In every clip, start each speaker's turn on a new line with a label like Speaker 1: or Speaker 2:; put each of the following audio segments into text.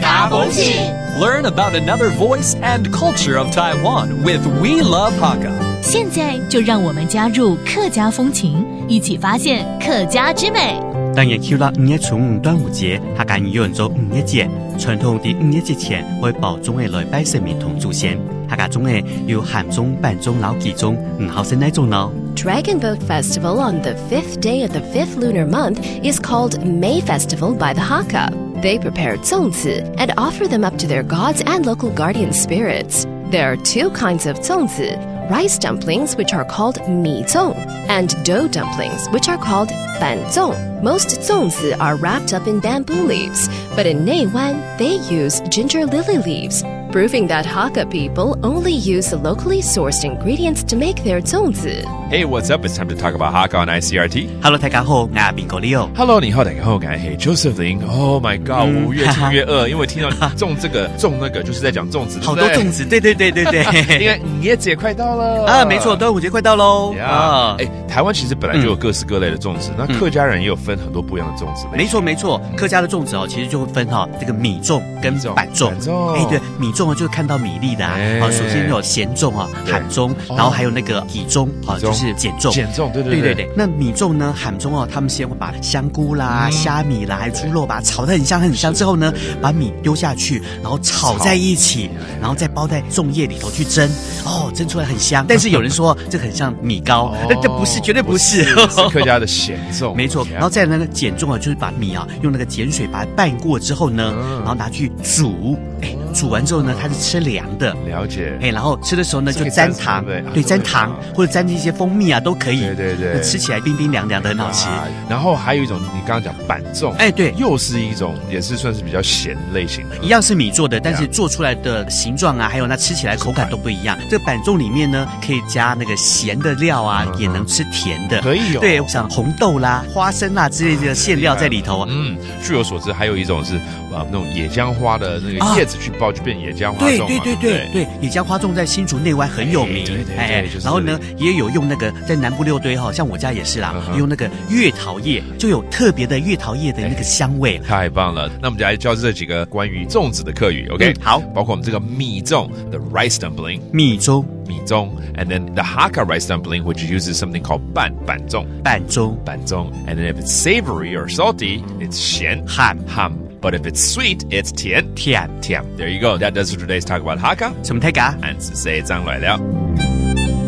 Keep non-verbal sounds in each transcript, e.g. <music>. Speaker 1: 大红庆。
Speaker 2: Learn about another voice and culture of Taiwan with We Love Hakka.
Speaker 1: 现在就让我们加入客家风情，一起发现客家之美。
Speaker 3: 当然，Q 啦五一重五端午节，客家人有人做五一节，传统的五一节前会保重的来拜神明同祖先。客家中的有寒中、板中、老几中，唔好是哪种呢？
Speaker 4: Dragon Boat Festival on the fifth day of the fifth lunar month is called May Festival by the Hakka. They prepare zongzi and offer them up to their gods and local guardian spirits. There are two kinds of zongzi rice dumplings, which are called mi zong, and dough dumplings, which are called ban zong. Most zongzi are wrapped up in bamboo leaves, but in Neiwan, they use ginger lily leaves, proving that Hakka people only use the locally sourced ingredients to make their zongzi.
Speaker 5: Hey, what's up? It's time to talk about Hakka on ICRT.
Speaker 3: Hello，大家好，我是冰哥 Leo。
Speaker 5: Hello，你好，大家好，我是 Joseph Lin。Oh my God，、
Speaker 3: 嗯
Speaker 5: 我越听越饿， <laughs> 因为听到种这
Speaker 3: <laughs>
Speaker 5: 个种那个，就是在讲粽子，
Speaker 3: 好多粽
Speaker 5: 子。
Speaker 3: 子，对对对对
Speaker 5: 因
Speaker 3: 对。
Speaker 5: 为五一嗯节快到了
Speaker 3: 啊，没错，端午节快到喽。
Speaker 5: 呀
Speaker 3: 啊，，嗯
Speaker 5: 哎，台湾其实本来就有各式各类的粽子，那客家人也有分很多不一样的粽子类型。
Speaker 3: 没错没错，客家的粽子哦，其实就会分哈、这个米粽跟
Speaker 5: 米粽
Speaker 3: 板粽
Speaker 5: 板。粽
Speaker 3: 哎，对，米粽啊，就是看到米粒的啊。
Speaker 5: 哎
Speaker 3: 好，首先有咸粽啊，
Speaker 5: 对
Speaker 3: 喊粽，
Speaker 5: 哦
Speaker 3: 然后还有那个体粽啊，
Speaker 5: 粽
Speaker 3: 就是碱粽。
Speaker 5: 减重，对
Speaker 3: 对
Speaker 5: 对
Speaker 3: 对对，那米粽呢？喊粽哦，他们先会把香菇
Speaker 5: 嗯
Speaker 3: 啦、虾米啦、还有猪肉吧炒得很香很香，之后呢，把米丢下去，然后炒在一起，然后再包在粽叶里头去蒸，哦，蒸出来很香。但是有人说这很像米糕
Speaker 5: <laughs> 哦，
Speaker 3: 呃那这不是，绝对不是。
Speaker 5: 是客家的咸粽，
Speaker 3: 没错，
Speaker 5: 呀
Speaker 3: 然后再来那个碱粽啊，就是把米啊用那个碱水把它拌过之后呢，
Speaker 5: 嗯
Speaker 3: 然后拿去煮，哎，煮完之后呢，它是吃凉的。
Speaker 5: 了解。
Speaker 3: 哎，然后吃的时候呢，
Speaker 5: 这
Speaker 3: 就
Speaker 5: 可以
Speaker 3: 沾
Speaker 5: 沾什么
Speaker 3: 糖
Speaker 5: 对不对，
Speaker 3: 对，
Speaker 5: 啊
Speaker 3: 沾
Speaker 5: 对
Speaker 3: 糖
Speaker 5: 啊
Speaker 3: 或者沾一些蜂蜜啊，都可以。
Speaker 5: 对对对
Speaker 3: 那吃起来冰冰凉凉的，很好吃。
Speaker 5: 啊然后还有一种，你刚刚讲板粽，
Speaker 3: 哎对
Speaker 5: 又是一种，也是算是比较咸类型的。
Speaker 3: 一样是米做的，但是做出来的形状啊，还有那吃起来口感都不一样。这个板粽里面呢，可以加那个咸的料啊，也能吃甜的。
Speaker 5: 嗯可以哦
Speaker 3: 对，像红豆啦、花生啦之类的馅料在里头啊。
Speaker 5: 嗯，据我所知，还有一种是啊，那种野姜花的那
Speaker 3: 啊
Speaker 5: 个叶子去爆，就变野姜花
Speaker 3: 对
Speaker 5: 粽嘛。
Speaker 3: 对对
Speaker 5: 不
Speaker 3: 对对，野姜花粽在新竹内湾很有名哎
Speaker 5: 对对对，就是
Speaker 3: 然后呢，也有用那个在南部六堆哈，像我家也是啦
Speaker 5: 嗯，哼
Speaker 3: 用那个月桃叶，就有特别的月桃叶的那个香味。
Speaker 5: 太棒了！那我们就来教这几个关于粽子的课语，OK？、
Speaker 3: 嗯好
Speaker 5: 包括我们这个米粽，the rice dumpling，
Speaker 3: 米粥、
Speaker 5: 米粽，and then the Hakka rice dumpling, which uses something called 板板粽，
Speaker 3: 板粥、
Speaker 5: 板粽，and then if it's savory or salty, it's 咸
Speaker 3: 喊
Speaker 5: ham, but if it's sweet, it's 甜
Speaker 3: 甜，
Speaker 5: 甜。There you go. That does it for today's talk about Hakka.
Speaker 3: 什么太嘎？
Speaker 5: 俺是 C 张来了。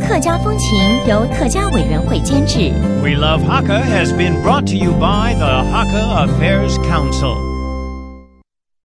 Speaker 6: 客家风情由客家委员会监制。
Speaker 7: We Love Hakka has been brought to you by the Hakka Affairs Council.